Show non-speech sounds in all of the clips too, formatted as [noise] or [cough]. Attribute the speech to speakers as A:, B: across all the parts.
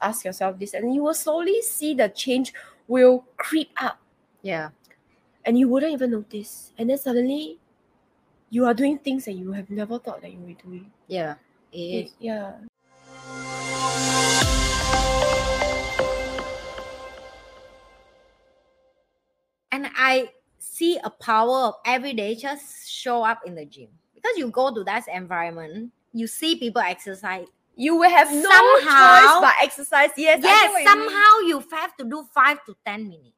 A: ask yourself this, and you will slowly see the change will creep up,
B: Yeah.
A: and you wouldn't even notice. And then suddenly, you are doing things that you have never thought that you were doing.
B: Yeah. It
A: It-
B: is.
A: yeah.
B: And I see a power of every day just show up in the gym because you go to that environment, you see people exercise.
A: You will have no choice
B: Somehow-
A: but exercise. Yes, I get what
B: yes,
A: you mean.
B: somehow you have to do five to ten minutes.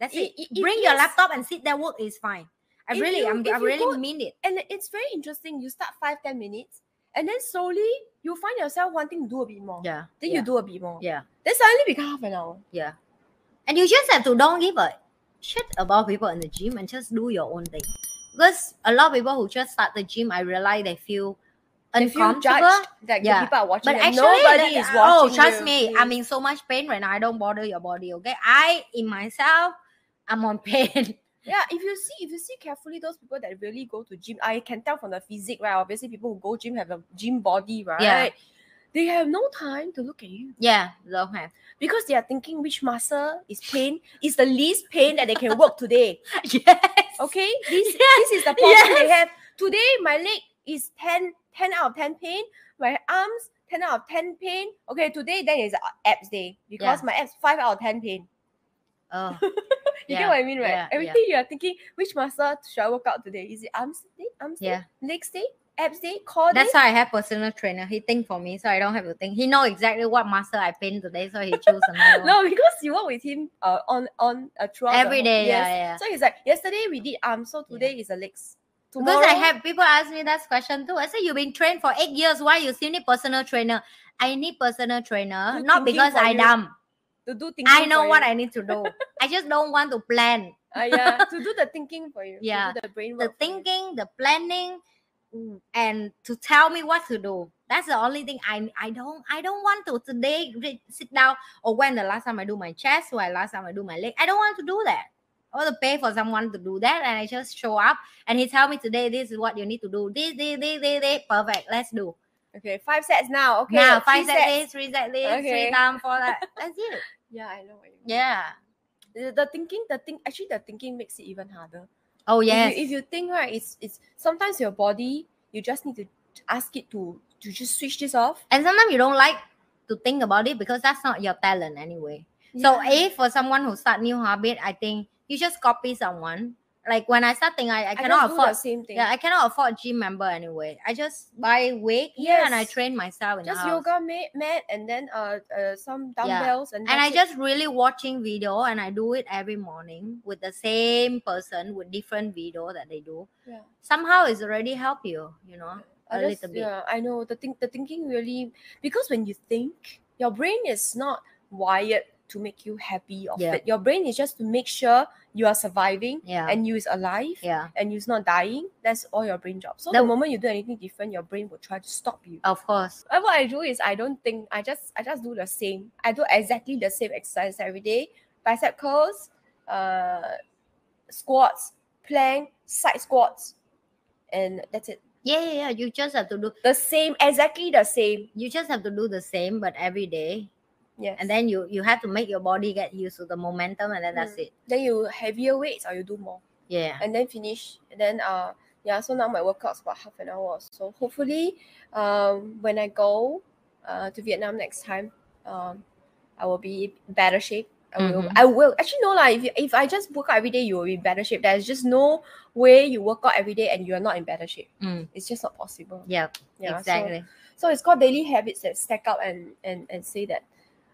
B: That's it.
A: It- it- it-
B: Bring your
A: yes.
B: laptop and sit there. Work is fine. I
A: If
B: really,
A: you-
B: I'm,
A: if
B: I
A: you
B: really
A: go-
B: mean it.
A: and it's very interesting. You start five, ten minutes, and then slowly you find yourself wanting to do a bit more.
B: Yeah.
A: Then you do a bit more.
B: Yeah.
A: Then suddenly become half an hour.
B: Yeah. And you just have to don't give a shit about people in the gym and just do your own thing. Because a lot of people who just start the gym, I realize they feel
A: They feel
B: uncomfortable.
A: judged that
B: Yeah.
A: the people are watching.
B: but
A: and
B: actually,
A: nobody
B: that-
A: is
B: oh,
A: watching.
B: trust
A: you.
B: me, I'm in so much pain right now. I don't bother your body, okay? I, in myself, I'm on [laughs] pain.
A: Yeah, if you see, if you see carefully, those people that really go to gym, I can tell from the physique, right? Obviously, people who go gym have a gym body, right? They have no time to look at you
B: yeah, don't have.
A: because they are thinking which muscle is pain is the least pain that they can work
B: [laughs]
A: today.
B: yes.
A: Okay, this
B: [laughs] Yes.
A: this is the problem they have today. My leg is 10, 10 out of ten pain. My arms ten out of ten pain. Okay, today then is abs day because my abs five out of ten pain.
B: Oh.
A: [laughs] You
B: Yeah,
A: get what I mean, right?
B: yeah, yeah.
A: Everything you are thinking, which muscle should I work out today? Is it eh, arms day, arms
B: Yeah.
A: day, legs day, abs day, core
B: That's
A: day?
B: why I have personal trainer. He think for me, so I don't have to think. He know exactly what muscle I pain today, so he choose another
A: [laughs]
B: one.
A: No, because you work with him uh, on on uh, throughout the
B: every
A: whole-
B: day.
A: Yes.
B: Yeah, yeah.
A: So he's like, yesterday we did arms, so today is the legs. Tomorrow,
B: Because I have people ask me that question too. I say you've been trained for eight years. Why you still need personal trainer? I need personal trainer,
A: Do
B: not
A: thinking
B: because
A: for
B: I
A: you.
B: dumb.
A: to do thinking.
B: I know
A: for
B: what
A: you.
B: I need to do. I just don't want to plan.
A: uh,
B: [laughs]
A: yeah, to do the thinking for you. to do
B: Yeah.
A: the brain
B: The
A: work. for you.
B: thinking, the planning, mm, and to tell me what to do. That's the only thing I I don't I don't want to today re- sit down or when the last time I do my chest, or last time I do my leg. I don't want to do that. I want to pay for someone to do that, and I just show up and he tell me today this is what you need to do. This, this, this, this, this. Perfect. Let's do.
A: Okay, five sets now. Okay,
B: now
A: three
B: five set days, three set days, three
A: Okay.
B: time for that.
A: [laughs]
B: That's it.
A: Yeah, I know. What you mean.
B: Yeah.
A: The, the thinking, the thing, actually, the thinking makes it even harder.
B: Oh
A: If you-
B: yes.
A: If you, think right, it's it's sometimes your body you just need to ask it to to just switch this off.
B: and sometimes you don't like to think about it because that's not your talent anyway. So
A: Yeah.
B: if for someone who start new habit, I think you just copy someone. Like when I starting, I, I
A: I
B: cannot
A: just do
B: afford.
A: the same thing.
B: Yeah, I cannot afford gym member anyway. I just buy weight here and I
A: Yes.
B: train myself in the
A: just
B: house.
A: yoga mat, mat and then uh, uh some dumbbells and
B: and
A: that's
B: I
A: it.
B: just really watching video and I do it every morning with the same person with different video that they do.
A: Yeah.
B: Somehow it's already help you, you know.
A: I
B: a
A: just-
B: little bit.
A: Yeah, I know the think the thinking really because when you think, your brain is not wired to make you happy or
B: Yeah.
A: fit. Your brain is just to make sure you are surviving
B: Yeah.
A: and you is alive
B: yeah.
A: and you's not dying. That's all your brain job. So
B: That-
A: the moment you do anything different, your brain will try to stop you.
B: Of course.
A: Uh, what I do is I don't think I just I just do the same. I do exactly the same exercise every day: bicep curls, uh, squats, plank, side squats, and that's it.
B: Yeah, yeah, yeah. You just have to do
A: The same, exactly the same.
B: you just have to do the same but every day.
A: Yes.
B: And then you you have to make your body get used to the momentum and then that's it.
A: then you heavier weights or you do more,
B: Yeah.
A: and then finish. And then uh yeah. So now my workout's about half an hour. So hopefully, um, when I go uh to Vietnam next time, um, I will be better shape. I will,
B: Mhm.
A: I will actually no like if, you- if I just work out every day, you will be in better shape. There's just no way you work out every day and you are not in better shape.
B: Mm.
A: It's just not possible.
B: Yeah,
A: Yeah, so-
B: exactly.
A: So, it's called daily habits that stack up and and and say that.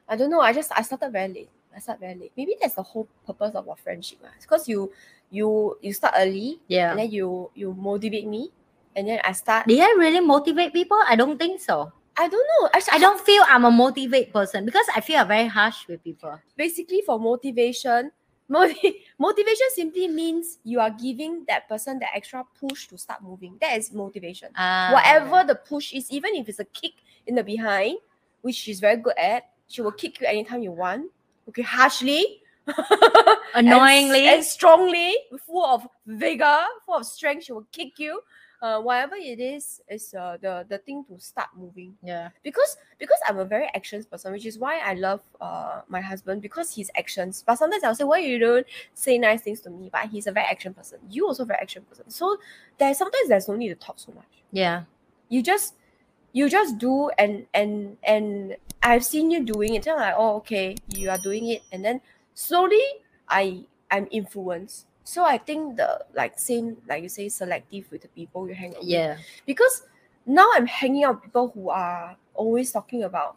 A: I don't know. I just I started very late. I started very late. Maybe that's the whole purpose of our friendship, right? Because you you you start early
B: yeah.
A: and then you you motivate me, and then I start.
B: Did I really motivate people? I don't think so.
A: I don't know. I,
B: I don't feel I'm a motivate person because I feel I'm very harsh with people.
A: basically for motivation [laughs] moti- motivation simply means you are giving that person the extra push to start moving that is motivation
B: Ah,
A: whatever the push is even if it's a kick in the behind which she's very good at she will kick you anytime you want okay harshly and s-
B: annoyingly.
A: and, strongly full of vigor full of strength she will kick you uh, whatever it is, is uh, the the thing to start moving.
B: Yeah.
A: Because because I'm a very actions person, which is why I love uh my husband because his actions. But sometimes I'll say, why you don't say nice things to me? But he's a very action person. You also very action person. So there's sometimes there's no need to talk so much.
B: Yeah.
A: You just you just do and and and I've seen you doing it. Then I'm like, oh okay, you are doing it, and then slowly I I'm influenced. So I think the like same like you say selective with the people you hang out with
B: Yeah.
A: because now I'm hanging out with people who are always talking about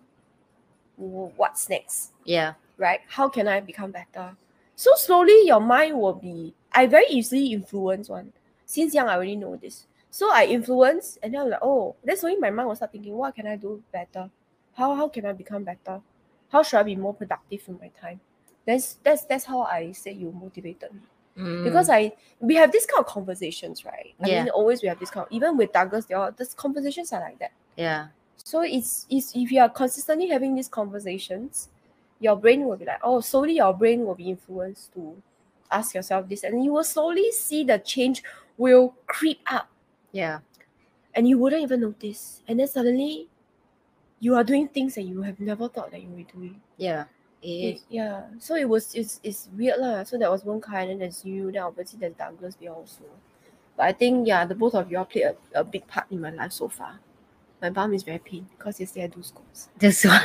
A: w- what's next,
B: Yeah.
A: right? How can I become better? So slowly your mind will be. I very easily influence one. Since young, I already know this. So I influence, and then I'm like, oh, that's when my mind will start thinking, what can I do better? How how can I become better? How should I be more productive in my time? That's that's that's how I say you motivated me
B: Mm.
A: because I we have these kind of conversations, right? I
B: Yeah.
A: mean, always we have this kind. Of, even with Douglas, they all these conversations are like that.
B: yeah.
A: So it's it's if you are consistently having these conversations, your brain will be like, oh, slowly your brain will be influenced to ask yourself this, and you will slowly see the change will creep up,
B: Yeah.
A: and you wouldn't even notice, and then suddenly. You are doing things that you have never thought that you were doing.
B: Yeah. It, [laughs]
A: It- yeah. So it was it's it's weird lah. So there was one kind and there's you, then obviously there's Douglas we also. But I think yeah, the both of y'all played a, a big part in my life so far. My bum is very pain because yesterday I do squats.
B: this one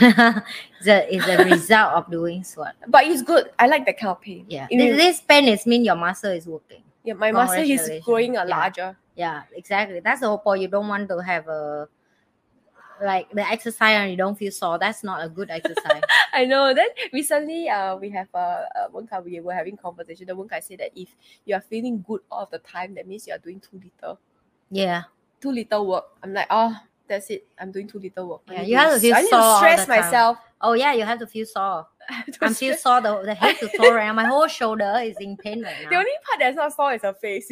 B: is a, is a result of doing squat.
A: But it's good. I like that kind of pain.
B: Yeah.
A: It
B: This,
A: will-
B: this pain is mean your muscle is working.
A: yeah my muscle is
B: Congratulations.
A: growing a
B: Yeah.
A: larger. [laughs]
B: Yeah. Exactly. That's the whole point. You don't want to have a like the exercise and you don't feel sore. That's not a good [laughs] exercise.
A: I know. Then recently uh we have uh, uh one guy we were having conversation. The one guy said that if you are feeling good all of the time, that means you are doing too little.
B: yeah.
A: too little work. I'm like, oh, that's it. I'm doing too little work. I
B: Yeah,
A: need
B: you
A: to
B: have to
A: s-
B: feel
A: I need
B: sore all
A: to
B: the
A: stress
B: time.
A: myself.
B: Oh yeah, you have to feel sore.
A: I have to
B: I'm feel
A: stress-
B: sore. The, the head is sore right now. My whole shoulder is in pain right
A: The
B: now.
A: only part that's not sore is her face.